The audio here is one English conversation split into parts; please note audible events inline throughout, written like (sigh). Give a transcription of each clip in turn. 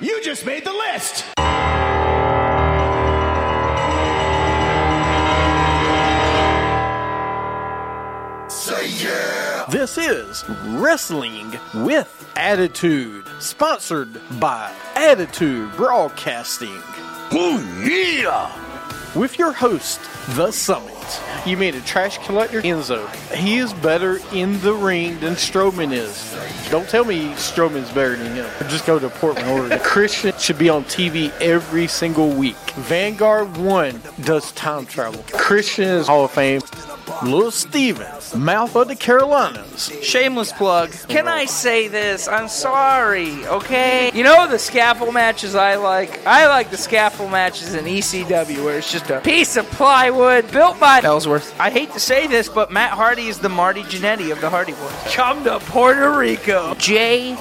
You just made the list. Say yeah! This is Wrestling with Attitude, sponsored by Attitude Broadcasting. Oh yeah! With your host, The Summit. You made a trash collector, Enzo. He is better in the ring than Strowman is. Don't tell me Strowman's better than him. Just go to Portland, Oregon. (laughs) Christian should be on TV every single week. Vanguard 1 does time travel. Christian is Hall of Fame. Little Steven, mouth of the Carolinas. Shameless plug. Can I say this? I'm sorry, okay? You know the scaffold matches I like? I like the scaffold matches in ECW where it's just a piece of plywood built by Ellsworth. I hate to say this, but Matt Hardy is the Marty Jannetty of the Hardy Boys. Come to Puerto Rico. JBL.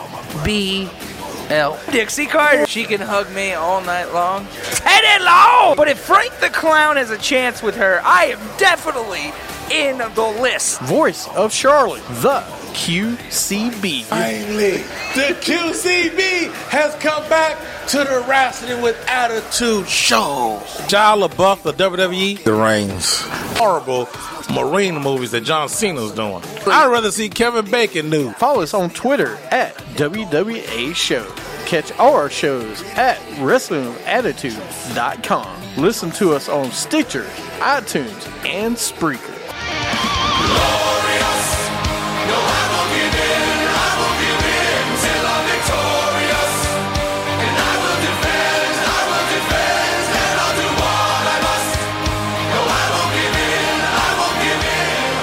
Dixie Carter. She can hug me all night long. Ten and long! But if Frank the Clown has a chance with her, I am definitely in the list. Voice of Charlotte, the QCB. Finally, the QCB has come back to the Wrestling with Attitude show. Shia LaBeouf, the WWE, the Reigns. E. Horrible Marine movies that John Cena's doing. I'd rather see Kevin Bacon new. Follow us on Twitter at WWA Show. Catch all our shows at WrestlingAttitude.com. Listen to us on Stitcher, iTunes, and Spreaker. glorious. No, I won't give in. I won't give in till I'm victorious. And I will defend. I will defend. And I'll do what I must. No, I won't give in.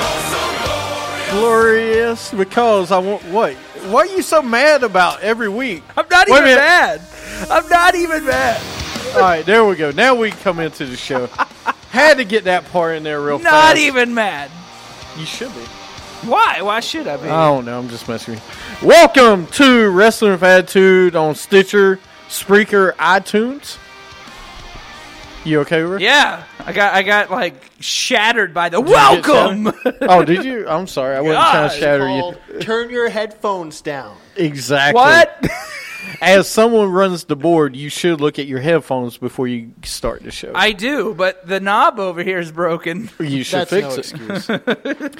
I won't give in. Oh, so glorious. Glorious, because I want what? What are you so mad about every (laughs) week? I'm not Wait a even minute. mad. I'm not even mad. All right, there we go. Now we can come into the (laughs) show. Had to get that part in there real Not fast. even mad. You should be. Why? Why should I be? I don't know. I'm just messing with you. Oh, Welcome to Wrestling with Attitude on Stitcher, Spreaker, iTunes. You okay with it? yeah, I got I got like shattered by the you get welcome. Oh, did you? I'm sorry. I wasn't trying God, to shatter you. called Turn Your Headphones Down. Exactly. (laughs) (laughs) what? As someone runs the board, you should look at your headphones before you start the show. I do, but the knob over here is broken. you should That's fix no it. excuse. (laughs)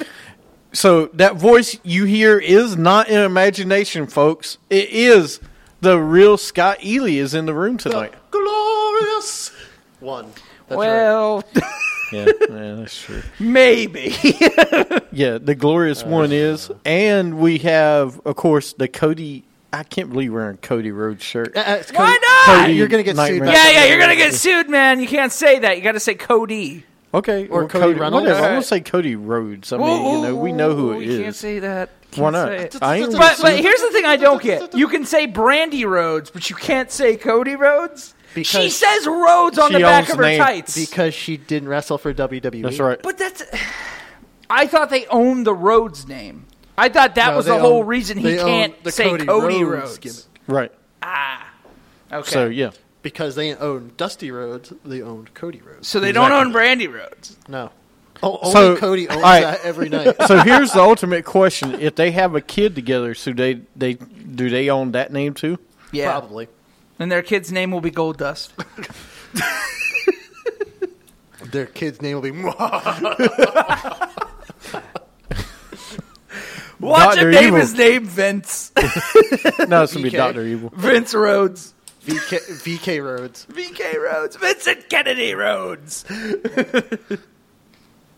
So that voice you hear is not an imagination, folks. It is the real Scott Ely is in the room tonight. Glorious one. That's right. well, (laughs) Yeah, yeah, that's true. maybe. (laughs) Yeah, the Uh, glorious one is, and we have, of course, the Cody. I can't believe we're in Cody Rhodes shirt. Uh, uh, it's Why Cody- not? Cody You're gonna get sued Nightmare. by yeah, yeah, you're gonna get sued, man. You can't say that. You got to say Cody. Okay, Or Cody Reynolds. Whatever. I'm Alright. gonna say Cody Rhodes. I mean, Ooh, you know, we know who ooh, it you Can't is. say that. Why Can't say it. not? I ain't But but sue- here's the thing I don't get. You can say Brandy Rhodes, but you can't say Cody Rhodes. she Because- says Rhodes on She the back owns of the her name. tights. Because she didn't wrestle for E. WWE. that's right. but that's I thought they owned the Rhodes name. I thought that No, was they the whole own- reason he they own can't the say Cody, Cody Rhodes. Rhodes gimmick. Right. Okay. So So, yeah, Because they didn't own Dusty Rhodes, they owned Cody Rhodes. they Exactly. don't own Brandy Rhodes. No. O- only So- Cody owns all right. that (laughs) every night. so here's the ultimate question: If they have a kid together, so they they do they own that name too? Yeah. Probably. And their kid's name will be Gold (laughs) Dust. Their kid's name will be. (laughs) Watch Dr. him name Evil. his name Vince. (laughs) No, it's gonna (laughs) be VK. Doctor Evil. Vince Rhodes. VK, VK Rhodes. VK Rhodes. Vincent Kennedy Rhodes.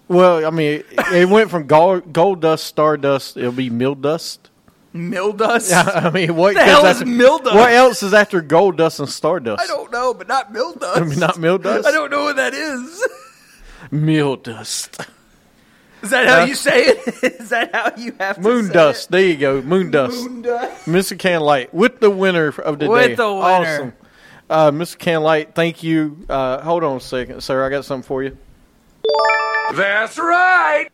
Well, I mean, it, it went from gold, gold dust, stardust. It'll be mill dust. Mildust. (laughs) I mean, what The hell 'cause is mill dust? What else is after gold dust and stardust? I don't know, but not Mildust. I mean, not mill dust. I don't know what that is. mill dust. Is that how Huh? you say it? (laughs) Is that how you have to Moon say dust. There you go. Moon dust. It? Moon dust. Mr. Canlight with the winner of the With day. the winner. Awesome. Uh, Mr. Canlight, thank you. Uh, hold on a second, sir. I got something for you. That's right.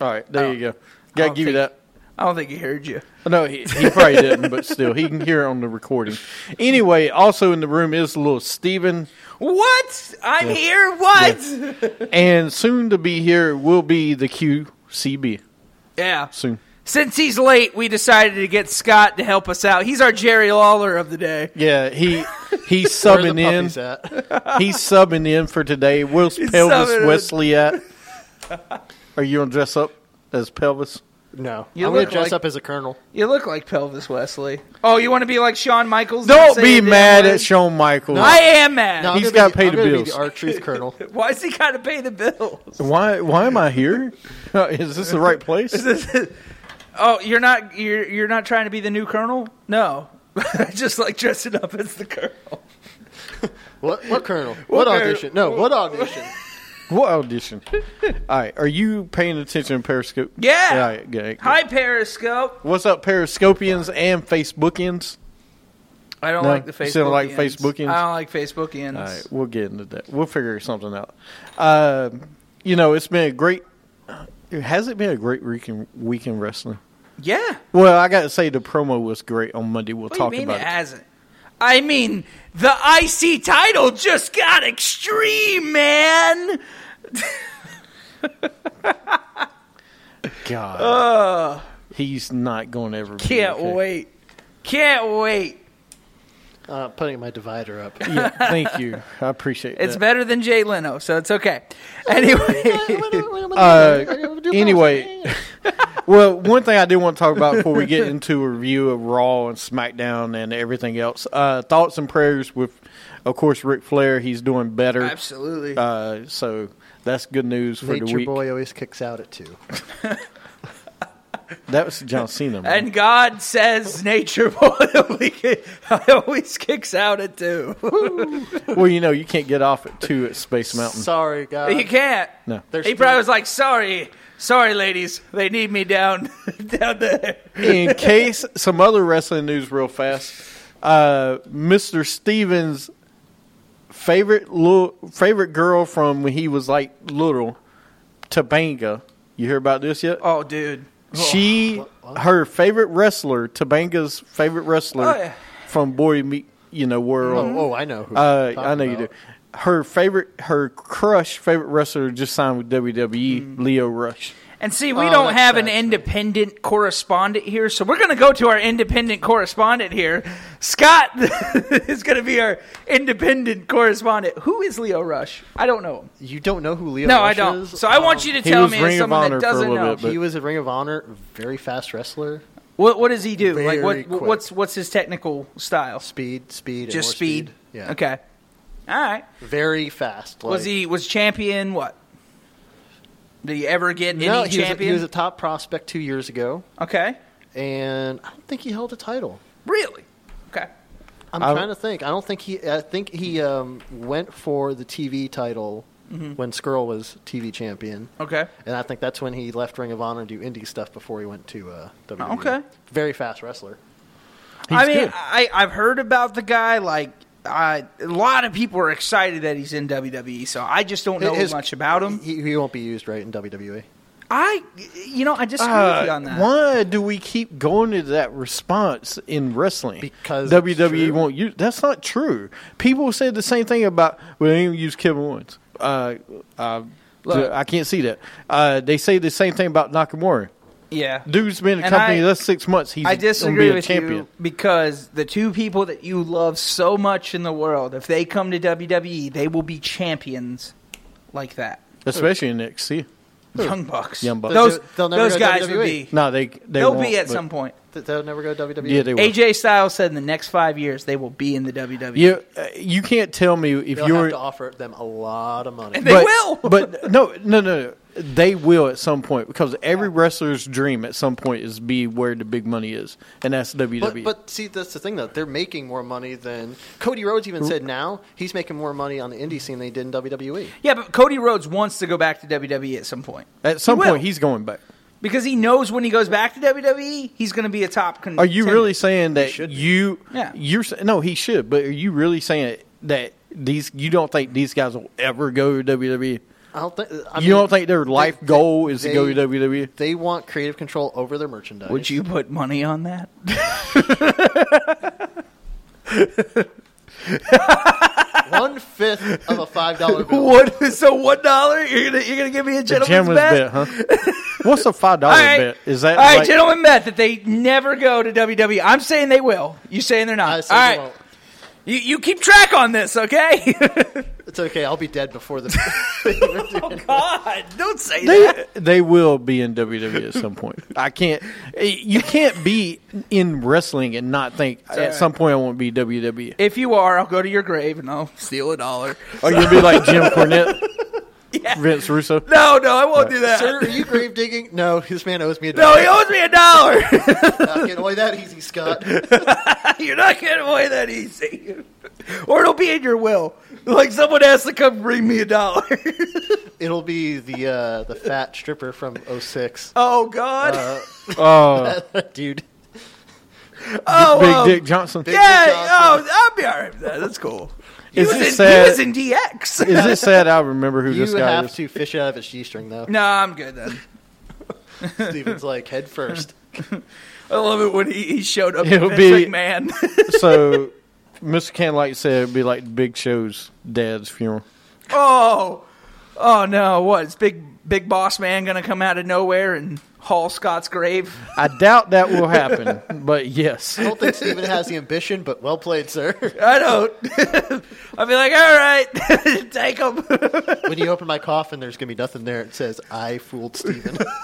All right, there you Oh. go. Got to I'll give you take- that. I don't think he heard you. No, he, he probably didn't, but still, he can hear it on the recording. Anyway, also in the room is little Steven. What? I'm here. What? Yeah. and soon to be here will be the QCB. Soon. Since he's late, we decided to get Scott to help us out. He's our Jerry Lawler of the day. Yeah, (laughs) he he's Where the subbing in. puppies at? (laughs) He's subbing in for today. Where's He's subbing Pelvis in. Wesley at? Are you gonna dress up as Pelvis? No, You I'm gonna look dress like- up as a colonel. You look like Pelvis Wesley. Oh, you want to be like Shawn Michaels? and Don't say be the mad N-word? at Shawn Michaels. I am mad. No, I'm He's gonna gotta be- pay I'm the gonna be bills. Our (laughs) truth colonel. Why's he got to pay the bills? Why why am I (laughs) here? Uh, Is this the right place? Oh, you're not you're you're not trying to be the new colonel? No. (laughs) Just like dressing up as the colonel. What? What colonel? What, colonel? audition? No, what audition? what audition? All right, are you paying attention to Periscope? Yeah. All right, good, good. Hi Periscope. What's up, Periscopians and Facebookians? I don't No, like the you Facebook. still don't like Facebookians? I don't like Facebookians. All right, we'll get into that. We'll figure something out. Uh, you know, it's been a great. Has it been a great week in, week in wrestling? Yeah. Well, I got to say the promo was great on Monday. We'll What talk do you mean about it it. hasn't? I mean, the IC title just got extreme, man. God, he's not going to ever. be Can't okay. wait. Can't wait. Uh, putting my divider up. Yeah, thank you. I appreciate it. It's better than Jay Leno, so it's okay. (laughs) Anyway, Uh, anyway, (laughs) (laughs) well, one thing I do want to talk about before we get into a review of Raw and SmackDown and everything else, uh, thoughts and prayers with, of course, Ric Flair. He's doing better. absolutely. Uh, so that's good news for the Nature week. boy always kicks out at two. That was John Cena. man. And God says nature boy (laughs) always kicks out at two. well, you know, you can't get off at two at Space Mountain. Sorry, guys. he can't. No. There's He still- probably was like, sorry, sorry, ladies. They need me down (laughs) down there. In case some other wrestling news, real fast, uh, Mr. Stevens' favorite little favorite girl from when he was like little, Tabanga. You hear about this yet? Oh, dude. She, her favorite wrestler, Tabanga's favorite wrestler Oh, yeah. Mm-hmm. from Boy Meet, you know, World. Oh, oh, I know. Who Uh, you're I talking know you do. about. Her favorite, her crush, favorite wrestler just signed with Mm. WWE, Leo Rush. And see, we Oh, don't that's have an sad, independent correspondent here, so we're going to go to our independent correspondent here. Scott (laughs) is going to be our independent correspondent. Who is Leo Rush? I don't know him. You don't know who Leo? No, I Rush don't. Is? um, So I want you to he tell was me Ring as of someone Honor that for a doesn't little know. bit, He was a Ring of Honor, very fast wrestler. What what does he do? like Very what quick. what's what's his technical style? Speed, speed, and Just more speed. Yeah. Okay. All right. Very fast. Was like- he was champion what? Did he ever get No, any he was, a, champion? he was a top prospect two years ago, okay. and I don't think he held a title. Really? Okay. I'm I- trying to think. I don't think he. I think he um, went for the TV title Mm-hmm. when Skrull was TV champion, Okay. and I think that's when he left Ring of Honor to do indie stuff before he went to uh, WWE. Okay. Very fast wrestler. I mean, good. I I've heard about the guy like I, a lot of people are excited that he's in WWE, so I just don't know His- much about him. He, he won't be used right in E. WWE. I, you know, I disagree with you Uh, on that. Uh, Why do we keep going to that response in wrestling? Because it's WWE true. won't use. That's not true. People said the same thing about well, they didn't use Kevin Owens. Uh, uh, Look. I can't see that. Uh, they say the same thing about Nakamura. yeah, Dude's been in the And company I- that's six months. He's I gonna disagree be a with champion. you because the two people that you love so much in the world, if they come to WWE, they will be champions like that. especially in NXT. Young Bucks. Young Bucks. Those, They'll- they'll never those go guys would WWE. be. No, they they They'll won't, be at but- some point. Th- They'll never go to E. WWE. Yeah, they will. AJ Styles said in the next five years they will be in the E. WWE. You uh, you can't tell me if They'll you're have to offer them a lot of money. And they but, will. (laughs) but no, no, no. They will at some point because every wrestler's dream at some point is be where the big money is, and that's E. WWE. But, but see, that's the thing though. They're making more money than Cody Rhodes even said. Now he's making more money on the indie scene than he did in E. WWE. yeah, but Cody Rhodes wants to go back to WWE at some point at some He will. point, he's going back. because he knows when he goes back to WWE, he's going to be a top. Con- Are you really saying that should be. you? Yeah. You're sa- no, he should. But are you really saying that these? You don't think these guys will ever go to WWE? I don't think. I you don't think their life they- goal is to E? go they- to WWE? They want creative control over their merchandise. Would (laughs) you put money on that? (laughs) one fifth of a five (laughs) dollar bill. What? So one dollar? You're gonna you're gonna give me a The gentleman's, gentleman's bet? bet, huh? What's a five dollar (laughs) All right. bet? Is that all right, like- gentlemen bet that they never go to WWE? I'm saying they will. You saying they're I not? said all you right, won't. you you keep track on this, okay? (laughs) It's okay. I'll be dead before (laughs) the. God, don't say that. They, they will be in WWE at some (laughs) point. I can't. You can't be in wrestling and not think at all right. some point I won't be E." WWE. If you are, I'll go to your grave and I'll steal a dollar. Or you'll be like (laughs) Jim Cornette, Vince Russo. No, no, I won't do that. Sir, are you grave digging? No, this man owes me a no, dollar. he owes me a dollar. (laughs) Not getting away that easy, Scott. You're not getting away that easy. Or it'll be in your will. Like someone has to come bring me a dollar. (laughs) It'll be the uh, the fat stripper from 06. oh God. Oh, Dude, oh, Big um, Dick Johnson. Yeah, Dick Johnson. oh, I'll be all right with that. That's cool. He, Is was, it in, sad- he was in DX. (laughs) Is it sad I remember who you this guy have is? to fish out of his g string though. no, I'm good then. Steven's (laughs) like head first. I love it when he, he showed up. It'll It'll be- be man. (laughs) So, Mr. Canlight said it'd be like Big Show's dad's funeral. oh, oh no! What is big big boss man gonna come out of nowhere and haul Scott's grave? I doubt that will (laughs) happen, but yes. I don't think Steven has the ambition, but well (laughs) played, sir. I don't. I'll be like, all right, (laughs) take him. when you open my coffin, there's gonna be nothing there. It says I fooled Steven. (laughs)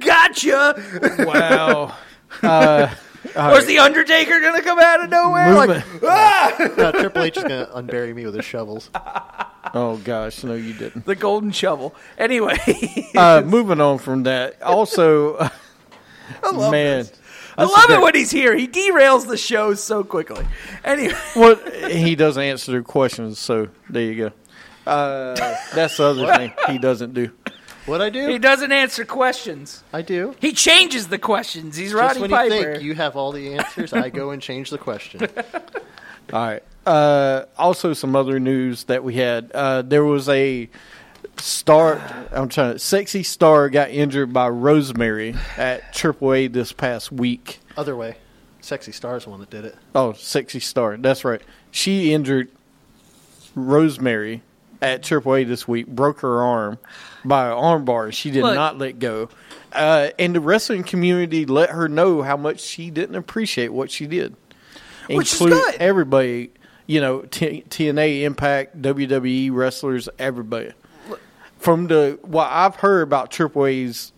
gotcha. Wow. Or is the Undertaker gonna come out of nowhere? Like, Movement. no, Triple H is gonna unbury me with his shovels. Oh, gosh. No, you didn't. the golden shovel. Anyway, (laughs) Uh, moving on from that. Also, uh, love man. I love it when he's here. He derails the show so quickly. Anyway. (laughs) Well, he doesn't answer their questions, so there you go. Uh, that's the other thing he doesn't do. What I He do? doesn't answer questions. I do. He changes the questions. He's Just Roddy when you Piper. think you have all the answers, I go and change (laughs) the question. All right. Uh, also, some other news that we had. Uh, there was a star. I'm trying. to Sexy star got injured by Rosemary at AAA this past week. Other way, sexy star's the one that did it. Oh, sexy star. That's right. She injured Rosemary at AAA this week. Broke her arm by an armbar. She did Look. not let go. Uh, and the wrestling community let her know how much she didn't appreciate what she did, Which is Include good. Everybody, you know, T- TNA, Impact, WWE wrestlers, everybody. From the what I've heard about AAA's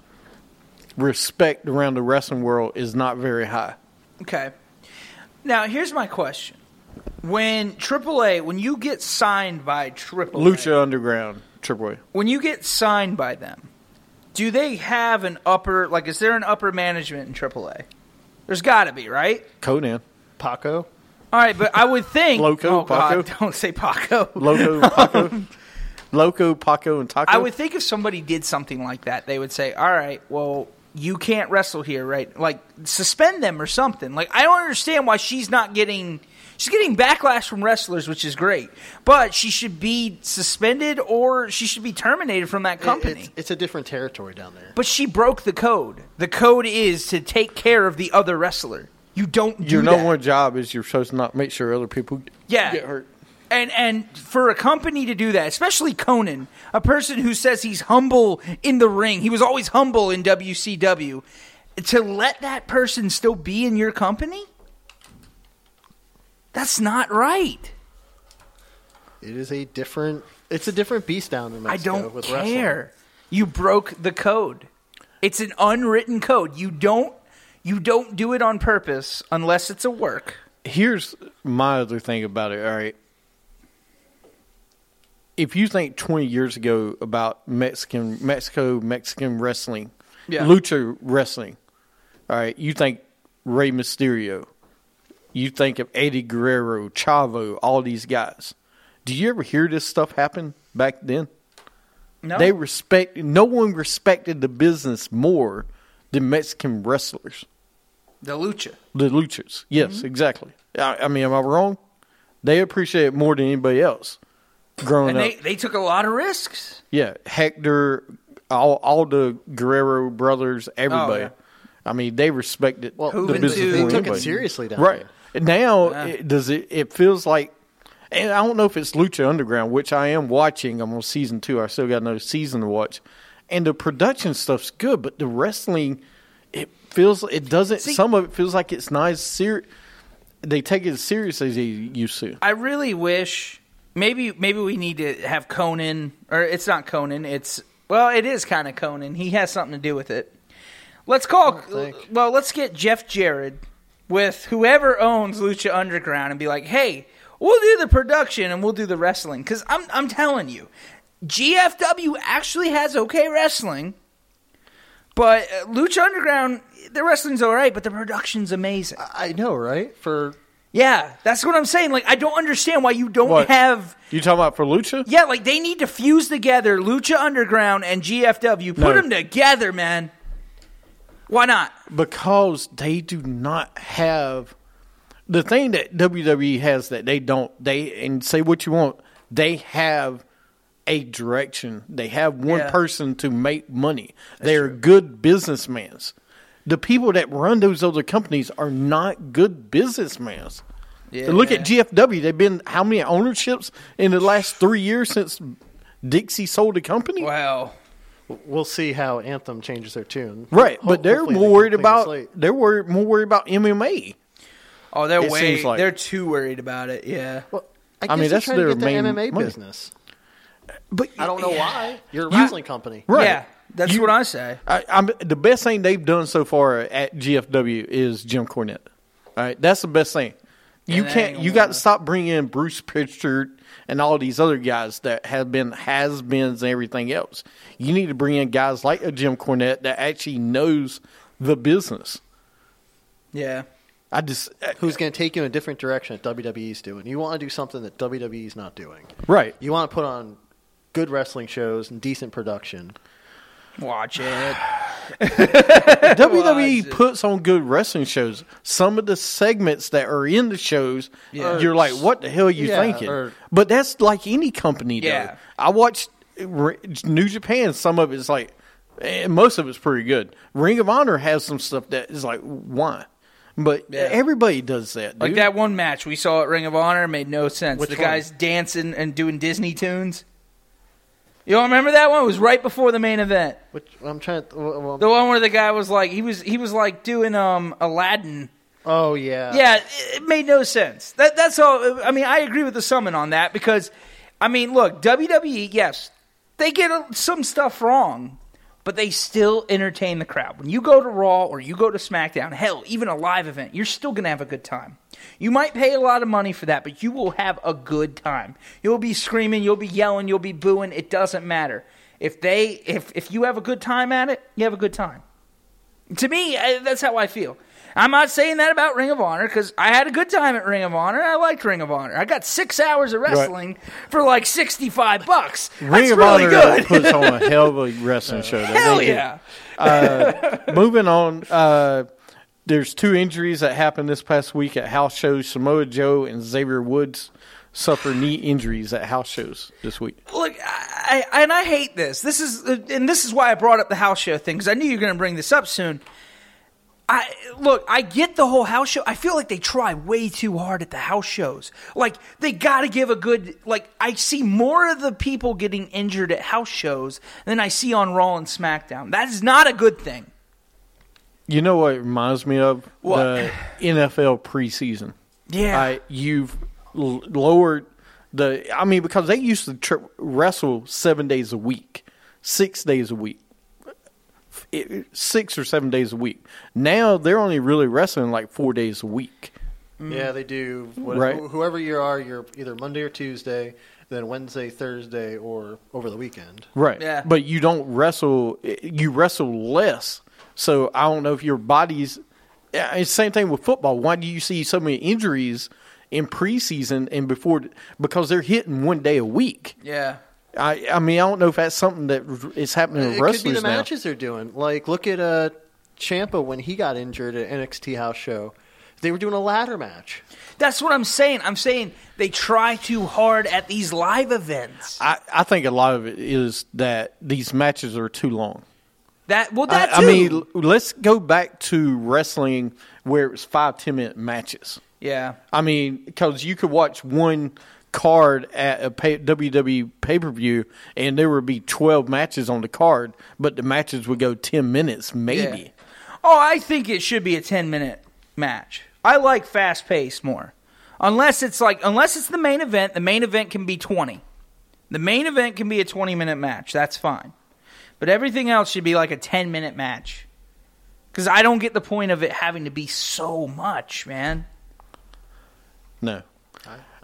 respect around the wrestling world is not very high. okay. Now here's my question: When AAA, when you get signed by AAA, Lucha Underground, AAA. when you get signed by them, do they have an upper? Like, is there an upper management in AAA? There's got to be, right? Conan. Paco, All right, but I would think. Loco, oh, God, Paco. (laughs) don't say Paco. Loco, (laughs) Paco. Loco, Paco, and Taco. I would think if somebody did something like that, they would say, "All right, well, you can't wrestle here, right? Like suspend them or something." Like I don't understand why she's not getting she's getting backlash from wrestlers, which is great, but she should be suspended or she should be terminated from that company. It's, it's a different territory down there. but she broke the code. The code is to take care of the other wrestler. You don't do your number that. one job is you're supposed to not make sure other people yeah. get hurt. And and for a company to do that, especially Conan, a person who says he's humble in the ring, he was always humble in WCW, to let that person still be in your company? That's not right. It is a different. It's a different beast down in I Mexico. don't with care. wrestling. You broke the code. It's an unwritten code. You don't you don't do it on purpose unless it's a work. Here's my other thing about it. All right. If you think 20 years ago about Mexican, Mexico, Mexican wrestling, Yeah. lucha wrestling, all right, you think Rey Mysterio, you think of Eddie Guerrero, Chavo, all these guys. Do you ever hear this stuff happen back then? No. They respect no one respected the business more than Mexican wrestlers, the lucha. the luchas. Yes, Mm-hmm. exactly. I, I mean, am I wrong? They appreciate it more than anybody else. Growing And up, they, they took a lot of risks. yeah, Hector, all all the Guerrero brothers, everybody. yeah. I mean, they respected Well, the Hooven business too. more they than took it anybody. seriously down right? there. Now, it, does it? It feels like, and I don't know if it's Lucha Underground, which I am watching. I'm on season two. I still got another season to watch, and the production stuff's good, but the wrestling, it feels it doesn't. some of it feels like it's not as serious. They take it as serious as they used to. I really wish maybe maybe we need to have Conan or it's not Conan, it's well, it is kind of Conan. He has something to do with it. Let's call well, let's get Jeff Jarrett with whoever owns Lucha Underground and be like, "Hey, we'll do the production and we'll do the wrestling cuz I'm I'm telling you, GFW actually has okay wrestling, but uh, Lucha Underground the wrestling's all right, but the production's amazing. I know, right? For Yeah, that's what I'm saying. Like, I don't understand why you don't What? have. You talking about for Lucha? Yeah, like they need to fuse together Lucha Underground and GFW. Put No. them together, man. Why not? because they do not have the thing that WWE has that they don't they and say what you want they have a direction they have one Yeah. person to make money they're good businessmen the people that run those other companies are not good businessmen look at GFW they've been how many ownerships in the last 3 years since Dixie sold the company Wow. we'll see how Anthem changes their tune. right Ho- but they're hopefully more can worried clean the about slate. they're worried, more worried about MMA Oh, they're It way. seems like- They're too worried about it. Yeah. Well, I, mean, guess that's they're trying their to get main the MMA money. business. But I don't know why. You're a You- wrestling company. Right. Yeah. That's You- what I say. I, I'm the best thing they've done so far at GFW is Jim Cornette. All right, that's the best thing. You that can't. ain't You gonna got to stop bringing in Bruce Pritchard and all these other guys that have been has beens and everything else. You need to bring in guys like a Jim Cornette that actually knows the business. Yeah. I just uh, Who's going to take you in a different direction that WWE's doing? You want to do something that WWE's not doing. right. You want to put on good wrestling shows and decent production. Watch (sighs) it. WWE (laughs) Watch it. E puts on good wrestling shows. Some of the segments that are in the shows, Yeah. you're like, what the hell are you Yeah, thinking? or- but that's like any company, though. Yeah. I watched Re- New Japan. Some of it's like, and most of it's pretty good. Ring of Honor has some stuff that is like, why? But Yeah. everybody does that. Like dude. that one match we saw at Ring of Honor made no sense. Which the one? guys dancing and doing Disney tunes. You all remember that one? It was right before the main event. Which I'm trying. To, well, well, The one where the guy was like, he was he was like doing um Aladdin. oh yeah. Yeah, it, it made no sense. That that's all. I mean, I agree with the summon on that because, I mean, look, WWE, yes, they get a, some stuff wrong, but they still entertain the crowd. When you go to Raw or you go to SmackDown, hell, even a live event, you're still gonna have a good time. You might pay a lot of money for that, but you will have a good time. You'll be screaming, you'll be yelling, you'll be booing. It doesn't matter. If they, if if you have a good time at it, you have a good time. To me, I, that's how I feel. I'm not saying that about Ring of Honor because I had a good time at Ring of Honor. I liked Ring of Honor. I got six hours of wrestling for like 65 bucks. Ring that's of really Honor (laughs) good. puts on a hell (laughs) of a wrestling show. that Hell they do. yeah. Moving on, uh, there's two injuries that happened this past week at house shows. Samoa Joe and Xavier Woods suffer knee injuries at house shows this week. Look, I, I, and I hate this. This is, and this is why I brought up the house show thing because I knew you were going to bring this up soon. I look, I get the whole house show. I feel like they try way too hard at the house shows. Like they got to give a good like I see more of the people getting injured at house shows than I see on Raw and SmackDown. That is not a good thing. You know what it reminds me of? What? The NFL preseason. Yeah. Uh, you've l- lowered the. I mean, because they used to tri- wrestle seven days a week, six days a week, It- it- six or seven days a week. Now they're only really wrestling like four days a week. Yeah, they do. What, Right. wh- Whoever you are, you're either Monday or Tuesday, then Wednesday, Thursday, or over the weekend. Right. Yeah. But you don't wrestle. You wrestle less. So I don't know if your body's. Yeah, It's same thing with football. Why do you see so many injuries in preseason and before? Because they're hitting one day a week. Yeah. I I mean I don't know if that's something that is happening it to could be wrestlers the now. matches they're doing. Like, look at uh, Champa when he got injured at NXT house show. They were doing a ladder match. That's what I'm saying. I'm saying they try too hard at these live events. I, I think a lot of it is that these matches are too long. That well, I, that I too. mean, l- let's go back to wrestling where it was five ten minute matches. Yeah. I mean, because you could watch one card at a pay, WWE pay per view, and there would be twelve matches on the card, but the matches would go ten minutes, maybe. Yeah. Oh, I think it should be a 10 minute match. I like fast pace more. Unless it's like unless it's the main event, the main event can be 20. The main event can be a 20 minute match. That's fine. But everything else should be like a 10 minute match. Cuz I don't get the point of it having to be so much, man. No,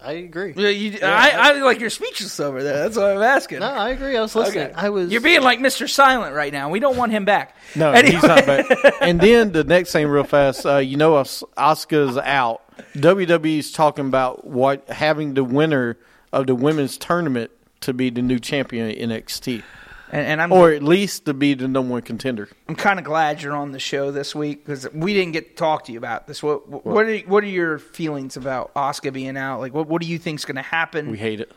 I agree. Yeah, you, I, I, like you're speechless over there. That's what I'm asking. No, I agree. I was listening. I was. You're being like Mr. Silent right now. We don't want him back. no, he's Anyway. not (laughs) back. and then the next thing, real fast, uh, you know, Os- Oscar's out. WWE's talking about what having the winner of the women's tournament to be the new champion in NXT, (laughs) And, and I'm or at least to be the number one contender. I'm kind of glad you're on the show this week because we didn't get to talk to you about this. What what, what are what are your feelings about Oscar being out? Like, what what do you think's going to happen? We hate it.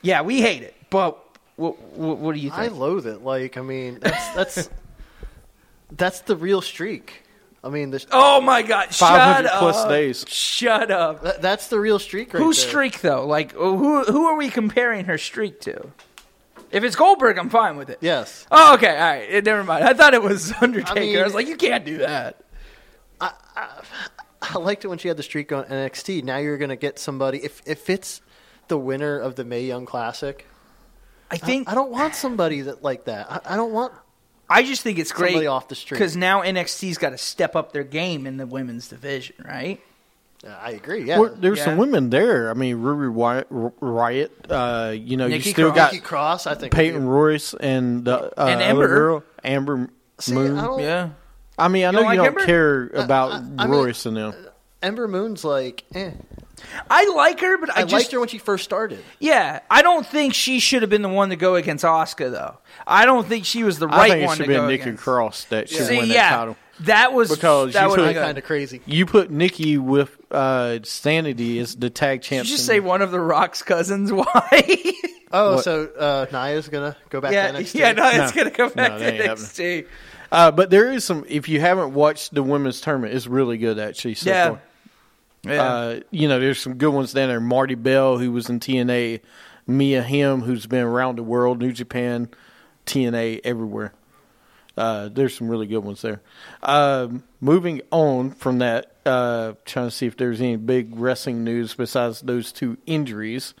yeah, we hate it, but what what, what do you I think? loathe it. Like, I mean, that's that's (laughs) that's the real streak. I mean, the, oh my God! Shut 500 plus up! days. Shut up! that, that's the real streak. Right Who's there. streak though? Like, who who are we comparing her streak to? If it's Goldberg, I'm fine with it. Yes, Oh, okay. All right. eh, Never mind. I thought it was Undertaker. I, mean- was like, you can't do that. I liked it when she had the streak on NXT. Now you're gonna get somebody if if it's the winner of the May Young Classic. I think I don't want somebody that like that. I, I don't want I just think it's great Somebody off the street. because now NXT's got to step up their game in the women's division, right? I agree. Yeah. Well, there's some Yeah. women there. I mean, Ruby Riot, Riot uh, you know, Nikki you still Cross. Nikki got Cross, I think. Peyton Royce and the uh, And other Ember. girl, Amber See, Moon. I I, don't, mean, I don't know you like Uh, don't Ember? care about I mean- Royce and them. Ember Moon's like, eh. I like her, but I, I, just liked her when she first started. yeah, I don't think she should have been the one to go against Oscar though. I don't think she was the right I think one it should to be go Nikki against. Cross that should See, win that yeah, title. that was Because that you would took- have Kind of been- crazy. You put Nikki with uh, Sanity as the tag Did champion. you just say one of the Rock's cousins? (laughs) Why? Oh, so uh, Naya's gonna go back yeah, to NXT. yeah, no, it's No. gonna go back No, to that ain't NXT. uh, but there is some. If you haven't watched the women's tournament, it's really good actually. So Yeah. far. Yeah. Uh, you know, there's some good ones down there. Marty Bell, who was in TNA, Mia Him, who's been around the world, New Japan, TNA, everywhere. Uh, there's some really good ones there. Um, moving on from that, uh, trying to see if there's any big wrestling news besides those two injuries.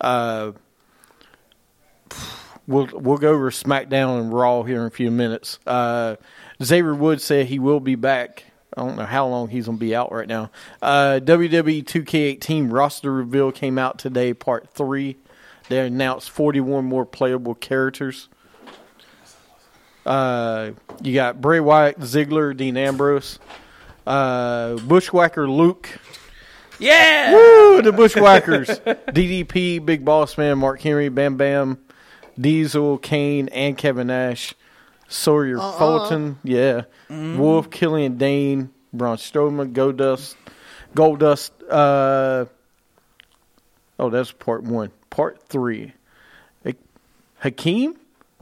Uh, we'll we'll go over SmackDown and Raw here in a few minutes. Uh, Xavier Woods said he will be back. I don't know how long he's going to be out right now. Uh, WWE 2K18 roster reveal came out today, part three. They announced 41 more playable characters. Uh, you got Bray Wyatt, Ziggler, Dean Ambrose, uh, Bushwhacker Luke, yeah. Woo, the Bushwhackers. (laughs) DDP, Big Boss Man, Mark Henry, Bam Bam, Diesel, Kane, and Kevin Nash. Sawyer Uh-uh. Fulton, yeah. Mm. Wolf, Killian Dane, Braun Strowman, Goldust, Goldust. Uh, oh, that's part one. Part three. Ha- Hakeem?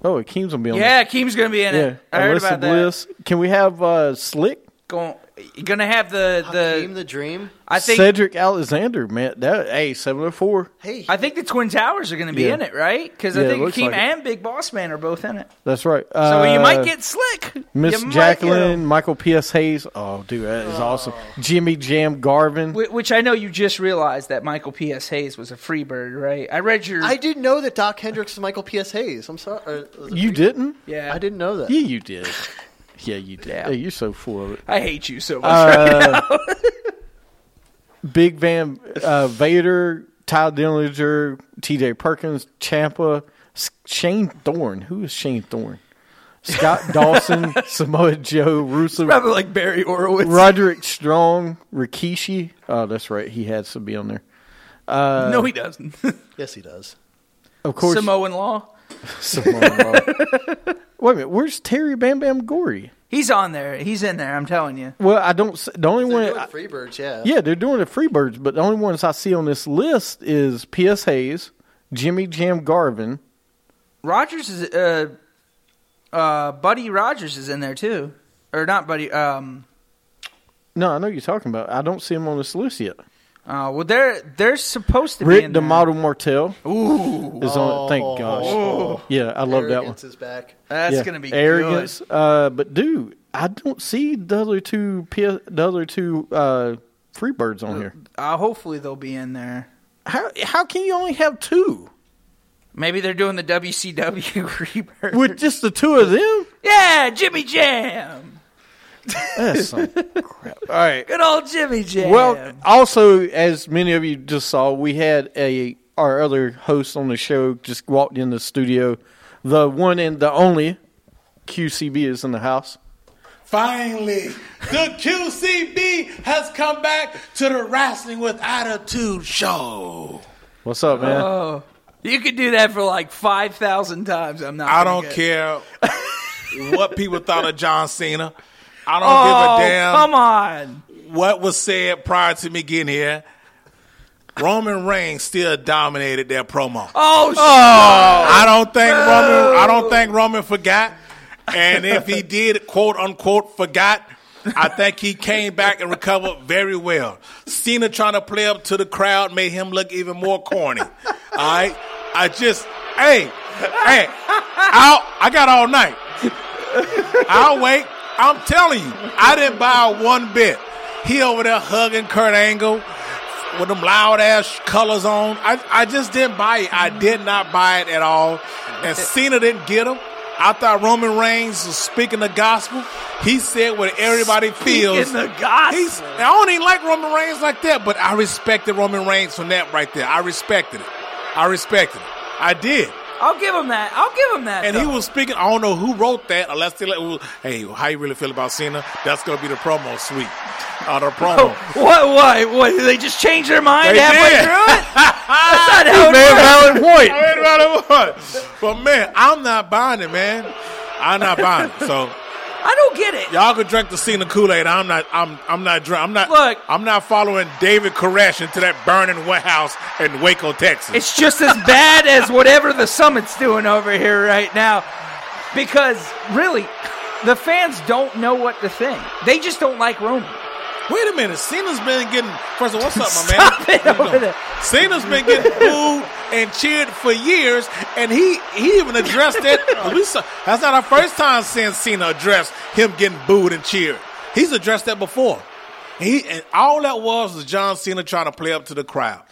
Oh, Hakeem's going to be on Yeah, Keem's gonna be in there. it. I heard Alyssa about that. Bliss. Can we have uh, Slick? Going, gonna have the Hakeem the. the Dream. I think Cedric Alexander, man. That, hey, 704. Hey, I think the Twin Towers are going to be Yeah. in it, right? Because I Yeah, it think looks Akeem like it. and Big Boss Man are both in it. That's right. So you might Uh, get slick. Miss You might Jacqueline, Michael P.S. Hayes. Oh, dude, that is awesome. Jimmy Jam Garvin. get him. Wh- Which I know you just realized that Michael P.S. Hayes was a Freebird, right? I read your. I didn't know that Doc Hendricks is Michael P.S. Hayes. I'm sorry. or- was it- you didn't? yeah, I didn't know that. Yeah, you (laughs) did. Yeah, you did. Yeah. Hey, you're so full of it. I hate you so much. Uh, Big Van uh, Vader, Ty Dillinger, T.J. Perkins, Champa, Shane Thorne. Who is Shane Thorne? (laughs) Scott Dawson, Samoa Joe, Rusev, Probably like Barry Orowitz. Roderick Strong, Rikishi. Oh, that's right. He has to be on there. no, he doesn't. (laughs) Yes, he does. Of course, Samoan Law. Samoa Joe. (laughs) Wait a minute. Where's Terry Bam Bam Gorey? He's on there. He's in there. I'm telling you. Well, I don't. s- The only They're one, doing I- Freebirds, yeah. yeah, they're doing the Freebirds, but the only ones I see on this list is P.S. Hayes, Jimmy Jam Garvin. Rogers is. Uh, uh, Buddy Rogers is in there too, or not Buddy? Um, No, I know you're talking about. I don't see him on this list yet. Uh, well, they're they're supposed to be Rick in the there. Model Martel Ooh, is on. it. Oh, Thank gosh. Yeah, I love that one. Oh. Arrogance is back. that's Yeah. gonna be arrogance. Uh, but dude, I don't see the other two. P- the other two uh, Freebirds on here. Good. Uh, hopefully they'll be in there. How how can you only have two Maybe they're doing the WCW (laughs) rebirth. with just the two of them? yeah, Jimmy Jam. That's some crap. All right. Good old Jimmy Jam. Well, also as many of you just saw, we had a our other host on the show just walked in the studio. The one and the only QCB is in the house. Finally, the QCB has come back to the Wrestling with Attitude show. What's up, man? oh, you could do that for like five thousand times. I'm not. I gonna don't get- care what people thought of John Cena. I don't Oh, give a damn come on. what was said prior to me getting here. Roman Reigns still dominated their promo. Oh, I don't think Roman. I don't think Roman forgot. And if he did, quote unquote, forgot, I think he came back and recovered very well. Cena trying to play up to the crowd made him look even more corny. All right, I just, hey, hey, I I got all night. I'll wait. I'm telling you, I didn't buy one bit. He over there hugging Kurt Angle with them loud ass colors on. I, I just didn't buy it. I did not buy it at all. And Cena didn't get him. I thought Roman Reigns was speaking the gospel. He said what everybody feels. in the gospel. He's, I don't even like Roman Reigns like that, but I respected Roman Reigns from that right there. I respected it. I respected it. I did. I'll give him that. I'll give him that. And he though. was speaking. I don't know who wrote that, unless they like, hey, how you really feel about Cena? That's gonna be the promo suite, uh, the promo. What? What? What? Did they just change their mind They halfway did. (laughs) through it? That's not how Hey, it man, valid works. point. (laughs) I mean, no matter what. But man, I'm not buying it, man. I'm not buying it. So I don't get it. y'all could drink the Cena Kool Aid. I'm not. I'm. I'm not drunk. I'm not. Look. I'm not following David Koresh into that burning warehouse in Waco, Texas. It's just as bad as whatever the summit's doing over here right now, because really, the fans don't know what to think. They just don't like Roman. Wait a minute, Cena's been getting. First of all, what's up, my Stop man? it What you over doing? there. Cena's been getting booed and cheered for years, and he he even (laughs) addressed that. we saw, that's not our first time seeing Cena address him getting booed and cheered. He's addressed that before. He and all that was was John Cena trying to play up to the crowd.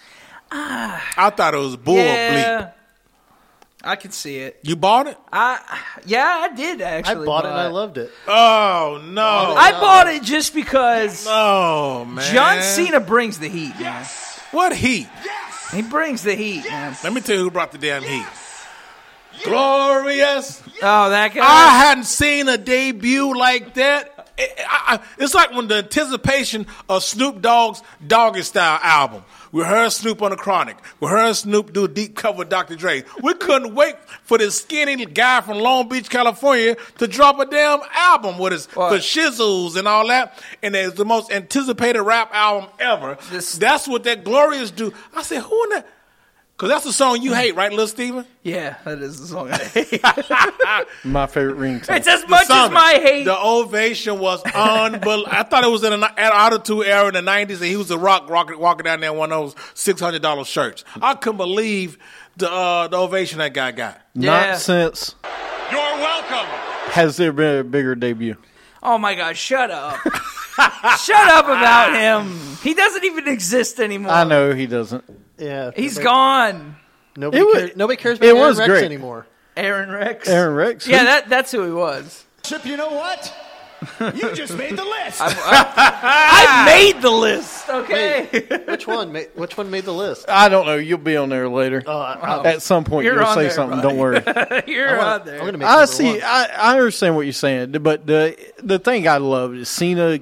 I thought it was bull bleep. Ah. Yeah, I could see it. You bought it? I yeah, I did I actually. bought it and I loved it. Oh no! I bought it just because oh man! John Cena brings the heat. Man. What heat? He brings the heat. Man. Let me tell you who brought the damn heat. Glorious. Oh, that guy. I hadn't seen a debut like that. I- I- I- it's like when the anticipation of Snoop Dogg's Doggy Style album. We heard Snoop on the Chronic. We heard Snoop do a deep cover with Dr. Dre. We couldn't wait for this skinny guy from Long Beach, California, to drop a damn album with his What? the shizzles and all that. And it's the most anticipated rap album ever. This- That's what that glorious do. I said, who in the? Because that's the song Mm. you hate, right, Lil Steven? yeah, that is the song I hate. My favorite ringtone. (laughs) It's as much as Summit. my hate. The ovation was unbelievable. I thought it was in an at altitude era in the nineties, and he was a rock rocket walking down there in one of those six hundred dollars shirts. I couldn't believe the uh, the ovation that guy got. Yeah. Not since You're welcome. has there been a bigger debut. Oh my God! Shut up! (laughs) shut up about him. He doesn't even exist anymore. I know he doesn't. Yeah, He's nobody- gone. Nobody, It was- cares, nobody cares it about Aaron was Rex great. anymore. Aaron Rex. Aaron Rex. Yeah, that, that's who he was. You know what? You just made the (laughs) list. I Ah! made the list. Okay. (laughs) Which one? ma- Which one made the list? I don't know. You'll be on there later. Oh, At some point, You're you'll on say there, something. buddy. Don't worry. (laughs) You're Well, on I'm there. gonna make I number Ah, see. one. I, I understand what you're saying, but the the thing I love is Cena,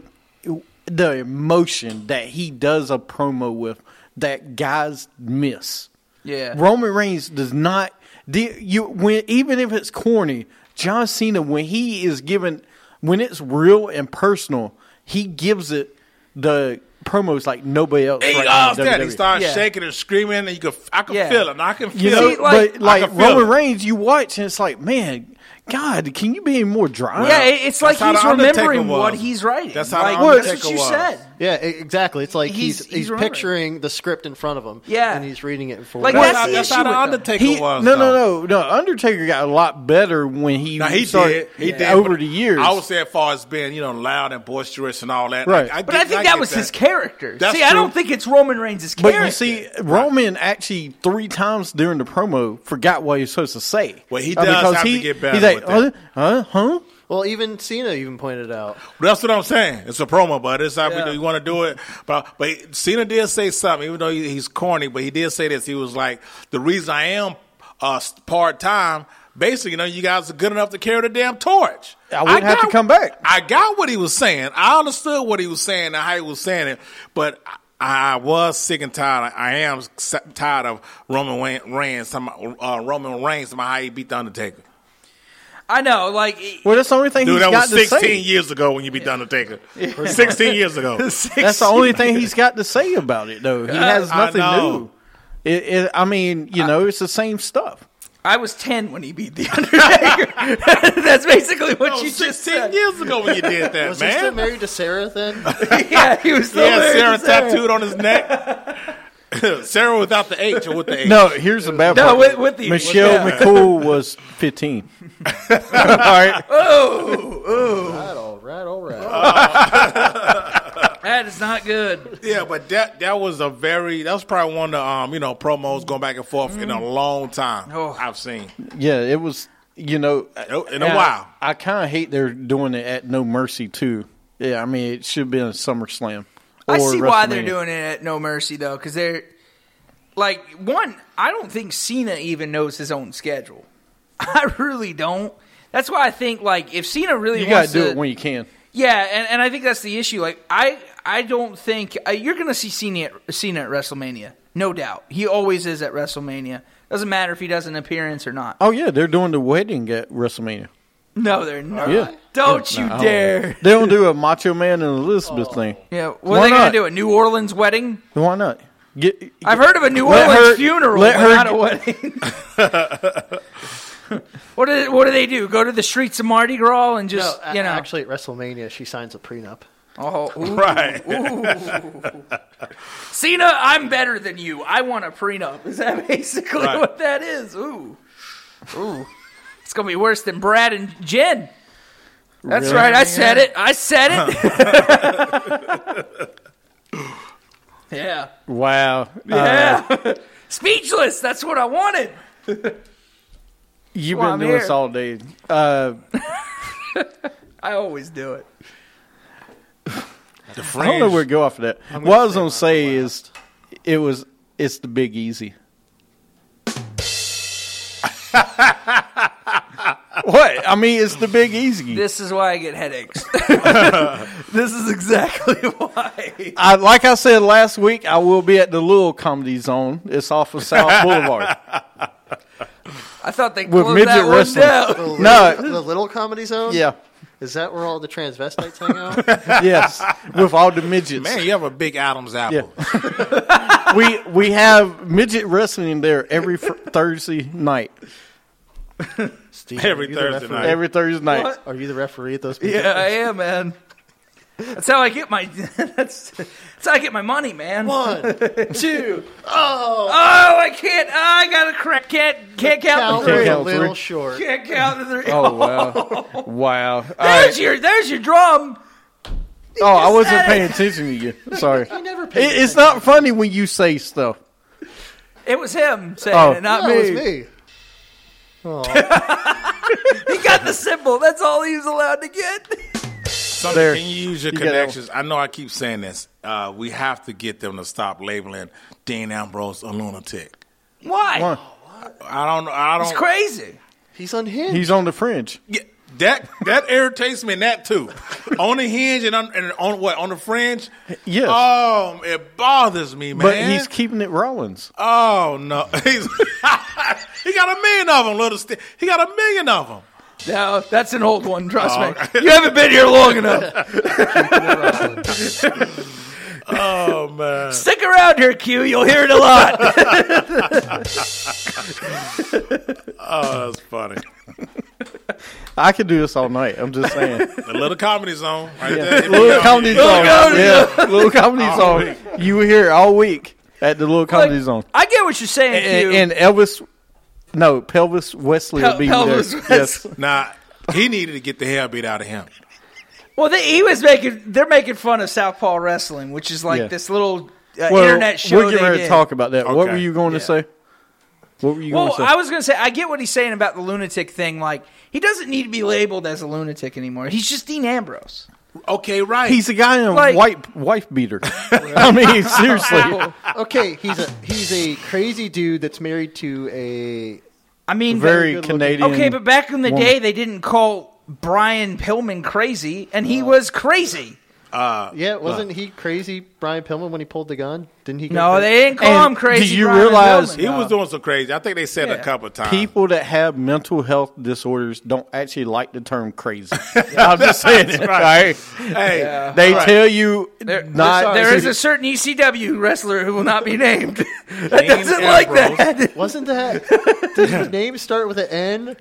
the emotion that he does a promo with that guys miss. yeah. Roman Reigns does not. The, you when even if it's corny, John Cena when he is given when it's real and personal, he gives it the promos like nobody else. He right E. now in loves that. He WWE. started Yeah. shaking and screaming, and you could I could Yeah. feel it. I can feel You know, See, it. like- but like I can feel Roman it. Reigns, you watch and it's like, man, God, can you be any more dry? yeah, it- it's like That's he's how the Undertaker remembering was. what he's writing. That's how the like, Undertaker that's what you was. said. Yeah, e- exactly. It's like He's- he's he's he's, remembering. picturing the script in front of him. Yeah. and he's reading it for. Like, what- That's That's, the that's issue how the with them. Undertaker He, no, was. no, though. no, no. Undertaker got a lot better when he, Now, he started did. He did. over but the years. I would say, as far as being, you know, loud and boisterous and all that. Right. I, I But get- I think I that get was his character. That's see, I don't true. think it's Roman Reigns' but character. you see, Roman actually three times during the promo forgot what he was supposed to say. Well, he Uh, does because have to he- get better He's like, with huh, huh? well, even Cena even pointed out. That's what I'm saying. It's a promo, but it's how we Yeah. do. You want to do it, but but Cena did say something, even though he, he's corny. But he did say this. He was like, "The reason I am uh, part time, basically, you know, you guys are good enough to carry the damn torch. I wouldn't have to come back. I got what he was saying. I understood what he was saying and how he was saying it, but." I, I was sick and tired. I am s- tired of Roman Wa- Reigns. talking about, Uh, Roman Reigns. talking about How he beat the Undertaker. I know, like it- Well, that's the only thing Dude, he's that got was to say. 16 years ago when you beat (laughs) the Undertaker. 16 years ago. That's the only thing he's got to say about it, though. He has (laughs) I nothing know. new. It, it, I mean, you know, it's the same stuff. I was ten when he beat the (laughs) Undertaker. (laughs) That's basically what No, you just 16 said. Oh, years ago when you did that, Was he still man. married to Sarah then? (laughs) yeah, he was still yeah, married to Sarah Sarah. tattooed on his neck. (laughs) Sarah without the H or with the H? No, here's the bad No, part. with- with the- Michelle with- McCool was (laughs) 15. All right. right, all right, all right. (laughs) That is not good. Yeah, but that that was a very that was probably one of the um you know promos going back and forth in a long time Oh. I've seen Yeah, it was, you know. uh, Oh, in a while. I, kind of hate they're doing it at No Mercy, too. Yeah, I mean, it should have been a SummerSlam. I or see why WrestleMania. they're doing it at No Mercy though, because they're like one. I don't think Cena even knows his own schedule. (laughs) I really don't. That's why I think like if Cena really You got wants to do to, it when you can. yeah, and, and I think that's the issue. Like I, I don't think uh, you're going to see Cena at, Cena at WrestleMania, no doubt. He always is at WrestleMania. Doesn't matter if he does an appearance or not. Oh, yeah, they're doing the wedding at WrestleMania. No, they're not. Yeah. Don't you dare. They don't do a Macho Man and Elizabeth Oh. thing. Yeah, what Why are they going not? to do? A New Orleans wedding? Why not? Get, I've heard of a New Let Orleans her- funeral let her without get- a wedding. (laughs) (laughs) what do what do they do? Go to the streets of Mardi Gras and No, just a- you know? actually at WrestleMania she signs a prenup. oh, ooh, (laughs) Right. ooh. Cena, I'm better than you. I want a prenup. Is that (laughs) basically Right. what that is? Ooh, ooh, it's gonna be worse than Brad and Jen. That's Really? right. I said it. I said it. (laughs) (laughs) yeah. Wow. Uh, Yeah. Speechless. That's what I wanted. you've Well, been I'm doing this here. all day. Uh, I always do it. The I don't know fringe. where to go off of that. What I was going to say is it was it's the Big (laughs) Easy. what? I mean, it's the Big Easy. This is why I (laughs) get headaches. (laughs) this is exactly (laughs) why. I, like I said last week, I will be at the Little Comedy Zone. It's off of (laughs) South Boulevard. I thought they With closed midget that one wrestling. down. (laughs) The No. little, the little comedy zone. Yeah. is that where all the transvestites hang out? Yes. With all the midgets. Man, you have a big Adam's apple. (laughs) we we have midget wrestling there every fr- Thursday night. Steve, Every are you the Thursday referee- night. Every Thursday night. What? Are you the referee at those? meetings? Yeah, I am, man. That's how I get my. (laughs) That's, that's how I get my money, man. One, two. Oh, I can't. I gotta crack. Can't can't count Count the Count was three. count a little three. short. Can't count the three. Oh wow, (laughs) wow! All there's right. your there's your drum. Oh, I wasn't said paying attention to (laughs) you. Sorry. He never It, paid. it's not funny when you say stuff. It was him saying Oh. it, not that me. was me. Oh, He got the symbol. That's all he was allowed to get. Some, There. Can you use your You got that connections? I know I keep saying this. Uh, we have to get them to stop labeling Dean Ambrose a lunatic. Why? One. I don't. I don't. It's crazy. he's unhinged. He's on the fringe. Yeah, that that irritates me, and that too. on the hinge and on, and on what on the fringe. Yes. Oh, it bothers me, man. But he's keeping it Rollins. oh no, (laughs) he's he got a million of them, little. St- he got a million of them. No, that's an old one. Trust Oh, me. You haven't been here (laughs) long enough. Oh man, Stick around here, Q. You'll hear it (laughs) a lot. oh that's funny. I could do this all night. I'm just (laughs) saying. The little comedy zone right Yeah. (laughs) there. little comedy zone. comedy yeah, (laughs) little comedy All zone. week. You were here all week at the little comedy Like, zone, I get what you're saying, Q. and, and Elvis. No, Pelvis Wesley Pel- will be Pelvis there. Yes, Wes- Nah, he needed to get the hell beat out of him. well, they, he was making. They're making fun of Southpaw Wrestling, which is like Yeah. this little uh, (laughs) well, internet show. We're getting they ready did. to talk about that. What Okay. were you going to Yeah. say? What were you Well, going to say? I was gonna say I get what he's saying about the lunatic thing. Like he doesn't need to be labeled as a lunatic anymore. He's just Dean Ambrose. Okay, right. He's a guy in a Like- white wife beater. (laughs) I mean, (laughs) seriously, Okay, he's a he's a crazy dude that's married to a I mean, very good looking. Canadian. okay, but back in the woman. day, they didn't call Brian Pillman crazy, and he was crazy. yeah. Wasn't he crazy, Brian Pillman, when he pulled the gun? Didn't he? get No, hurt? they didn't call And him crazy. do you Brian realize- Pillman. he was doing some crazy. I think they said Yeah. a couple times. people that have mental health disorders don't actually like the term (laughs) crazy. I'm just saying it. right. all right? hey, They right. tell you There- not. there is a certain ECW wrestler who will not be named (laughs) that Dean doesn't like Ambrose. that. (laughs) Wasn't that? Did his name start with an N?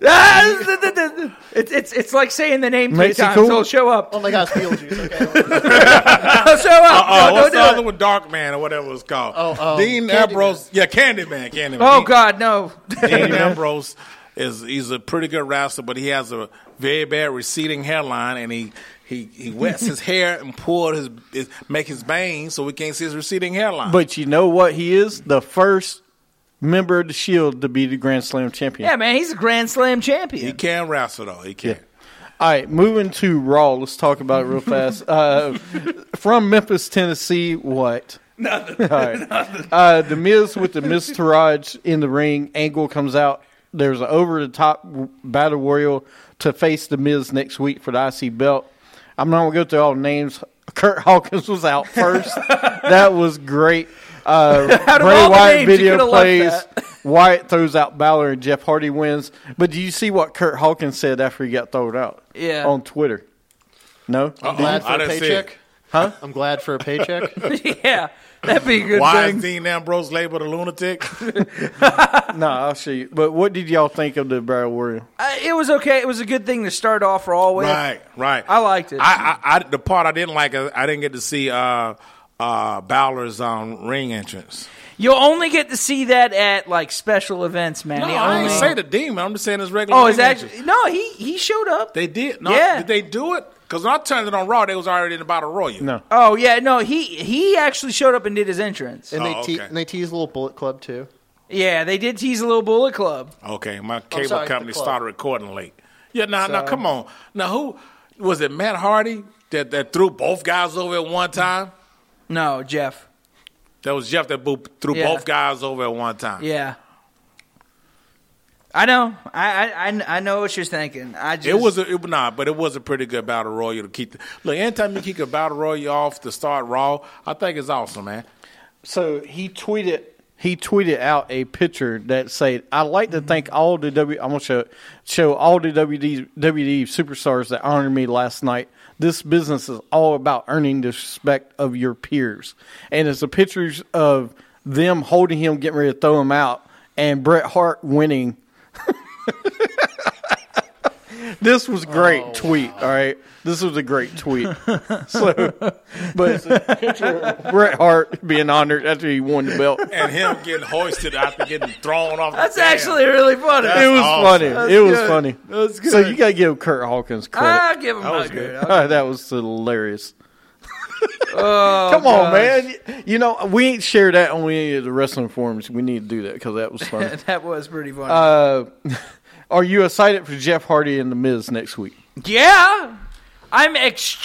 Ah, it's, it's, it's like saying the name three Makes it times. cool. He'll show up. (laughs) Oh my gosh, Beetlejuice. Okay. He'll show up. No, Oh, don't what's the do other it. one? Dark Man or whatever it's called. Oh, oh, Dean Candyman. Ambrose. Yeah, Candyman. Candyman. Oh Dean- God, no. (laughs) Dean Ambrose is he's a pretty good wrestler, but he has a very bad receding hairline, and he he, he wets his hair and pull his, his make his veins so we can't see his receding hairline. But you know what? He is the first member of the Shield to be the Grand Slam champion. yeah, man, he's a Grand Slam he champion. can wrestle though. He can. All right, moving to Raw. Let's talk about it real (laughs) fast. Uh, from Memphis, Tennessee, what? (laughs) Nothing. All right. Uh, the Miz with the Miz Taraj in the ring. Angle comes out. There's an over the top battle royal to face the Miz next week for the IC belt. I'm not going to go through all the names. Kurt Hawkins was out (laughs) first. that was great. Uh, Out of Bray all the Wyatt names, you video coulda left plays. that. (laughs) Wyatt throws out Balor and Jeff Hardy wins. But do you see what Kurt Hawkins said after he got thrown out? Yeah. On Twitter. No? Uh-oh, (laughs) glad for I a didn't see paycheck. it. Huh? I'm glad for (laughs) a paycheck. (laughs) yeah, that'd be a good Why thing. is Dean Ambrose labeled (laughs) a lunatic? No, I'll show you. But what did y'all think of the Battle Warrior? Uh, it was okay. It was a good thing to start off Raw with. right, right. I liked it. I, I, I the part I didn't like. I didn't get to see uh, uh, Balor's um, ring entrance. You'll only get to see that at like special events, man. No, They I only- ain't say the demon. I'm just saying his regular. Oh, is ring that entrance. no? He he showed up. They did. No, Yeah. Did they do it? Because when I turned it on Raw, they was already in the Battle Royal. No. oh yeah, no, he he actually showed up and did his entrance. And they Oh, te- okay. and they tease a little Bullet Club too. Yeah, they did tease a little Bullet Club. Okay, my cable sorry, company the club. started recording late. Yeah, now, now, come on. Now, who was it? Matt Hardy that, that threw both guys over at one time. No, Jeff. That was Jeff that bo- threw Yeah. both guys over at one time. Yeah. I know. I I- I, I know what you're thinking. I just It was a, it, nah, but it was a pretty good battle royal to keep. The, look, anytime you keep a battle royal off to start Raw, I think it's awesome, man. So he tweeted he tweeted out a picture that said, "I like to thank all the W. I'm gonna show it- show all the WD, WD superstars that honored me last night. This business is all about earning the respect of your peers, and it's the pictures of them holding him, getting ready to throw him out, and Bret Hart winning." (laughs) This was great tweet. All right, this was a great tweet. (laughs) So, but it's a picture of Bret Hart being honored after he won the belt. It And him getting hoisted after getting thrown off. That's the actually really funny. That's was awesome. funny. That's it was good. funny. That's So good. you gotta give Kurt Hawkins credit. Ah, I'll give him was that good. (laughs) good. that was hilarious. Come on, man. You know we ain't shared that on any of the wrestling forums. We need to do that because that was funny. (laughs) That was pretty funny. uh, are you excited for Jeff Hardy and The Miz next week? yeah. I'm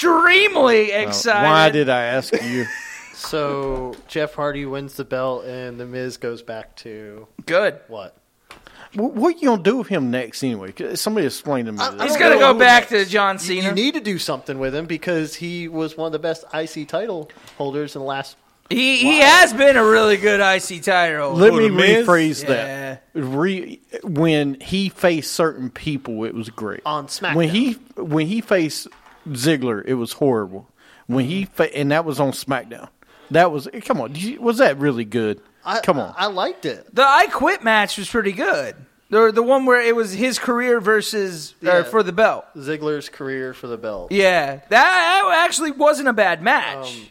extremely excited. Why did I ask you? (laughs) So Jeff Hardy wins the belt, and the Miz goes back to good. what? What, what you gonna do with him next anyway? C- Somebody explain to me. I- this. I He's don't gonna know go who back next. to John You- Cena. You need to do something with him because he was one of the best IC title holders in the last. he he has been a really good IC title. Let Who, me The Miz? rephrase Yeah. that. Re, when he faced certain people, it was great. On when SmackDown. he when he faced Ziggler, it was horrible. When he fa- and that was on SmackDown. That was come on. did you- Was that really good? I, come on. I, liked it. the I Quit match was pretty good. Or the one where it was his career versus Yeah. or for the belt. Ziggler's career for the belt. Yeah, that, that actually wasn't a bad match. Um,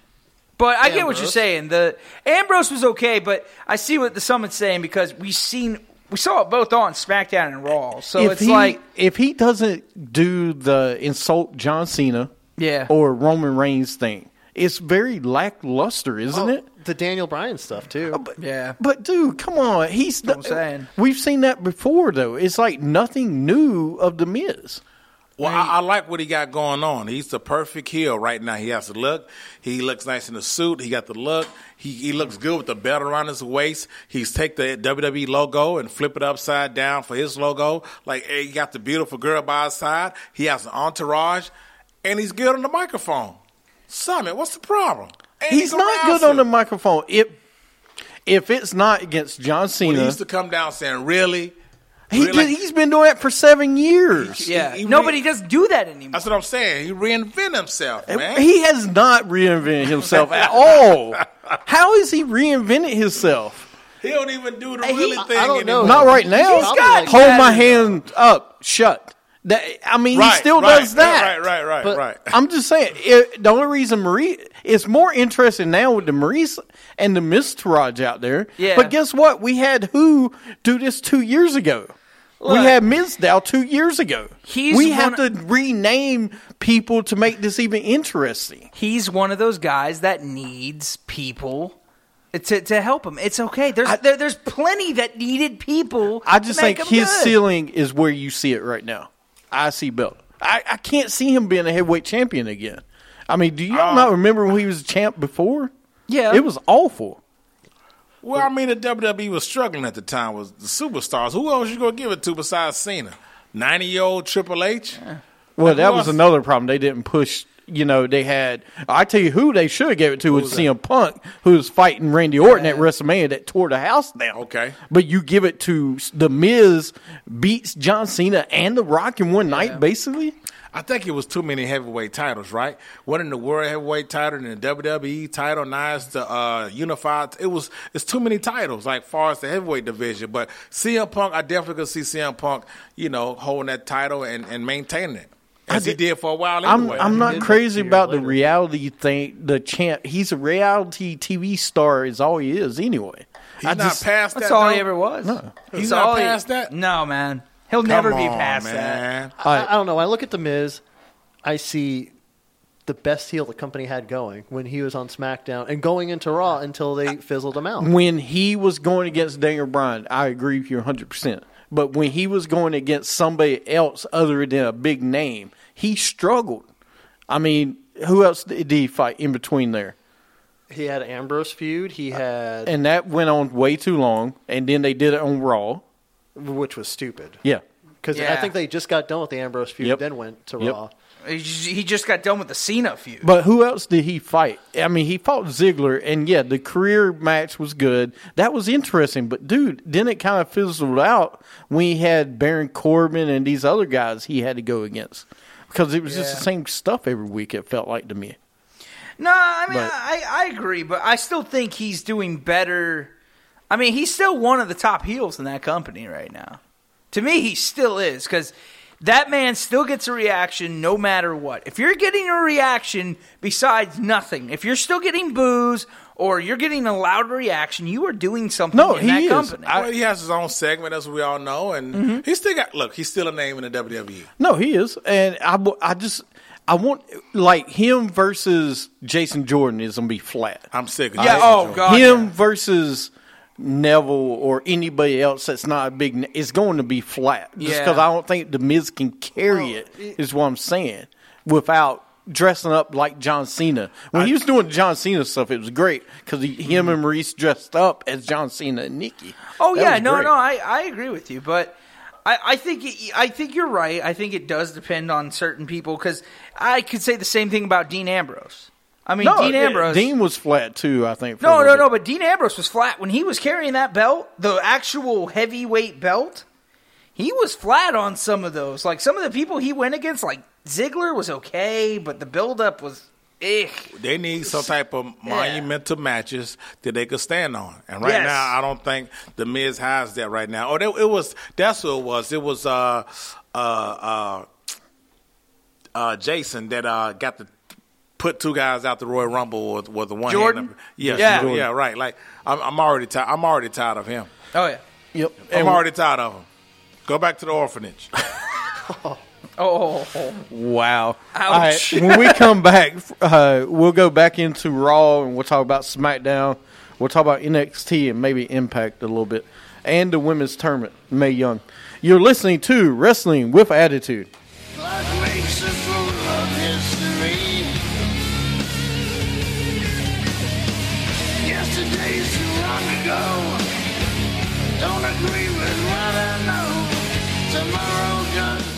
but I get what you're Ambrose. saying. The Ambrose was okay, but I see what the summit's saying because we seen we saw it both on SmackDown and Raw. So if it's he, like if he doesn't do the insult John Cena, Yeah. or Roman Reigns thing, it's very lackluster, isn't Oh, it? The Daniel Bryan stuff too. yeah. But dude, come on, he's That's what I'm saying. We've seen that before, though. It's like nothing new of the Miz. Well, I, I like what he got going on. He's the perfect heel right now. He has the look. He looks nice in the suit. He got the look. He, he looks good with the belt around his waist. He's take the WWE logo and flip it upside down for his logo. Like eh, he got the beautiful girl by his side. He has an entourage, and he's good on the microphone. Summit, what's the problem? And He's not good arousal. on the microphone. If if it's not against John When he Cena, used to come down saying, "Really." he Really? did, he's been doing that for seven years. yeah. he- he Nobody re- doesn't do that anymore. That's what I'm saying. He reinvented himself, man. He has not reinvented himself at (laughs) all. How has he reinvented himself? he don't even do the he- really I- I thing don't know. anymore. Not right now. He's got hold my that. hand up, shut. That I mean, Right, he still right, does that. Right, right, right, But- right. I'm just saying. It, the only reason Marie it's more interesting now with the Maurice and the Mistraj out there. Yeah. But guess what? We had who do this two years ago. we Look. had Mizdow two years ago. He's we one have to rename people to make this even interesting. He's one of those guys that needs people. To, to help him, it's okay. There's there, there's plenty that needed people. I just to make think 'em his good. ceiling is where you see it right now. I see belt. I, I can't see him being a heavyweight champion again. I mean, do you all not remember when he was a champ before? Oh. Yeah. It was awful. (laughs) Well, I mean, the WWE was struggling at the time was the superstars. Who else you gonna give it to besides Cena? Ninety year old Triple H. Well, that was lost- another problem. They didn't push. You know, they had. I tell you who they should have gave it to was CM Punk, who was fighting Randy Orton at WrestleMania that tore the house down. Okay. but you give it to the Miz beats John Cena and The Rock in one night, basically. I think it was too many heavyweight titles, right? One in the world heavyweight title and the WWE title, now it's the uh, unified. It was it's too many titles, like far as the heavyweight division. But CM Punk, I definitely could see CM Punk, you know, holding that title and, and maintaining it as he did for a while. I'm Anyway. I'm not did crazy years about the later. reality thing. The champ, he's a reality TV star, is all he is anyway. He's not just- past that. That's all he though. ever was. That's He's not all he- past that? No, man. He'll Come never be on, past that. man. I, I don't know. When I look at the Miz, I see the best heel the company had going when he was on SmackDown and going into Raw until they fizzled him out. when he was going against Daniel Bryan, I agree with you 100%. But when he was going against somebody else other than a big name, he struggled. I mean, who else did he fight in between there? He had Ambrose feud. He had And that went on way too long. And then they did it on Raw. which was stupid Yeah. because I Yeah. think they just got done with the Ambrose feud, Yep. then went to Yep. Raw. He j- He just got done with the Cena feud. But who else did he fight? I mean, he fought Ziggler, and yeah, the career match was good. That was interesting. But dude, then it kind of fizzled out when he had Baron Corbin and these other guys he had to go against because it was just the same stuff every week. It felt like to me. no, I mean, But- I, I agree, but I still think he's doing better. I mean, he's still one of the top heels in that company right now. To me, he still is because that man still gets a reaction no matter what. If you're getting a reaction besides nothing, if you're still getting boos or you're getting a loud reaction, you are doing something No, in he that is. company. well, he has his own segment, as we all know, and Mm-hmm. he still got. Look, he's still a name in the E. WWE. No, he is, and I, w- I just I want like him versus Jason Jordan is gonna be flat. I'm sick. Of Yeah, Jason oh, Jordan. God. him versus Neville or anybody else that's not a big na- is going to be flat. Just Yeah. because I don't think the Miz can carry it is what I'm saying. Without dressing up like John Cena, when he was doing John Cena stuff, it was great because him and Maurice dressed up as John Cena and Nikki. Oh That yeah, was no, great. no, I, I agree with you, but I, I think it, I think you're right. I think it does depend on certain people because I could say the same thing about Dean Ambrose. I mean, No, Dean yeah, Ambrose. Dean was flat too. I think. for a no, little no, bit. no, but Dean Ambrose was flat when he was carrying that belt, the actual heavyweight belt. He was flat on some of those. Like some of the people he went against, like Ziggler was okay, but the buildup was Ugh. They need some type of monumental matches that they could stand on. And right Yes. now, I don't think the Miz has that right now. Oh, they, it was that's who it was. It was uh uh uh, uh Jason that uh got to put two guys out the Royal Rumble with, with the one Jordan? Hand. Yes, Yeah. yeah, yeah, right. Like I'm, I'm already tired. I'm already tired of him. Oh yeah. Yep. I'm already tired of him. Go back to the orphanage. Oh. Wow. All right. Ouch. when we come back, uh, we'll go back into Raw and we'll talk about SmackDown. We'll talk about NXT and maybe Impact a little bit and the women's tournament, May Young. You're listening to Wrestling with Attitude. Blood races full of history. Yesterday's too long ago. Don't agree with what I know. Tomorrow does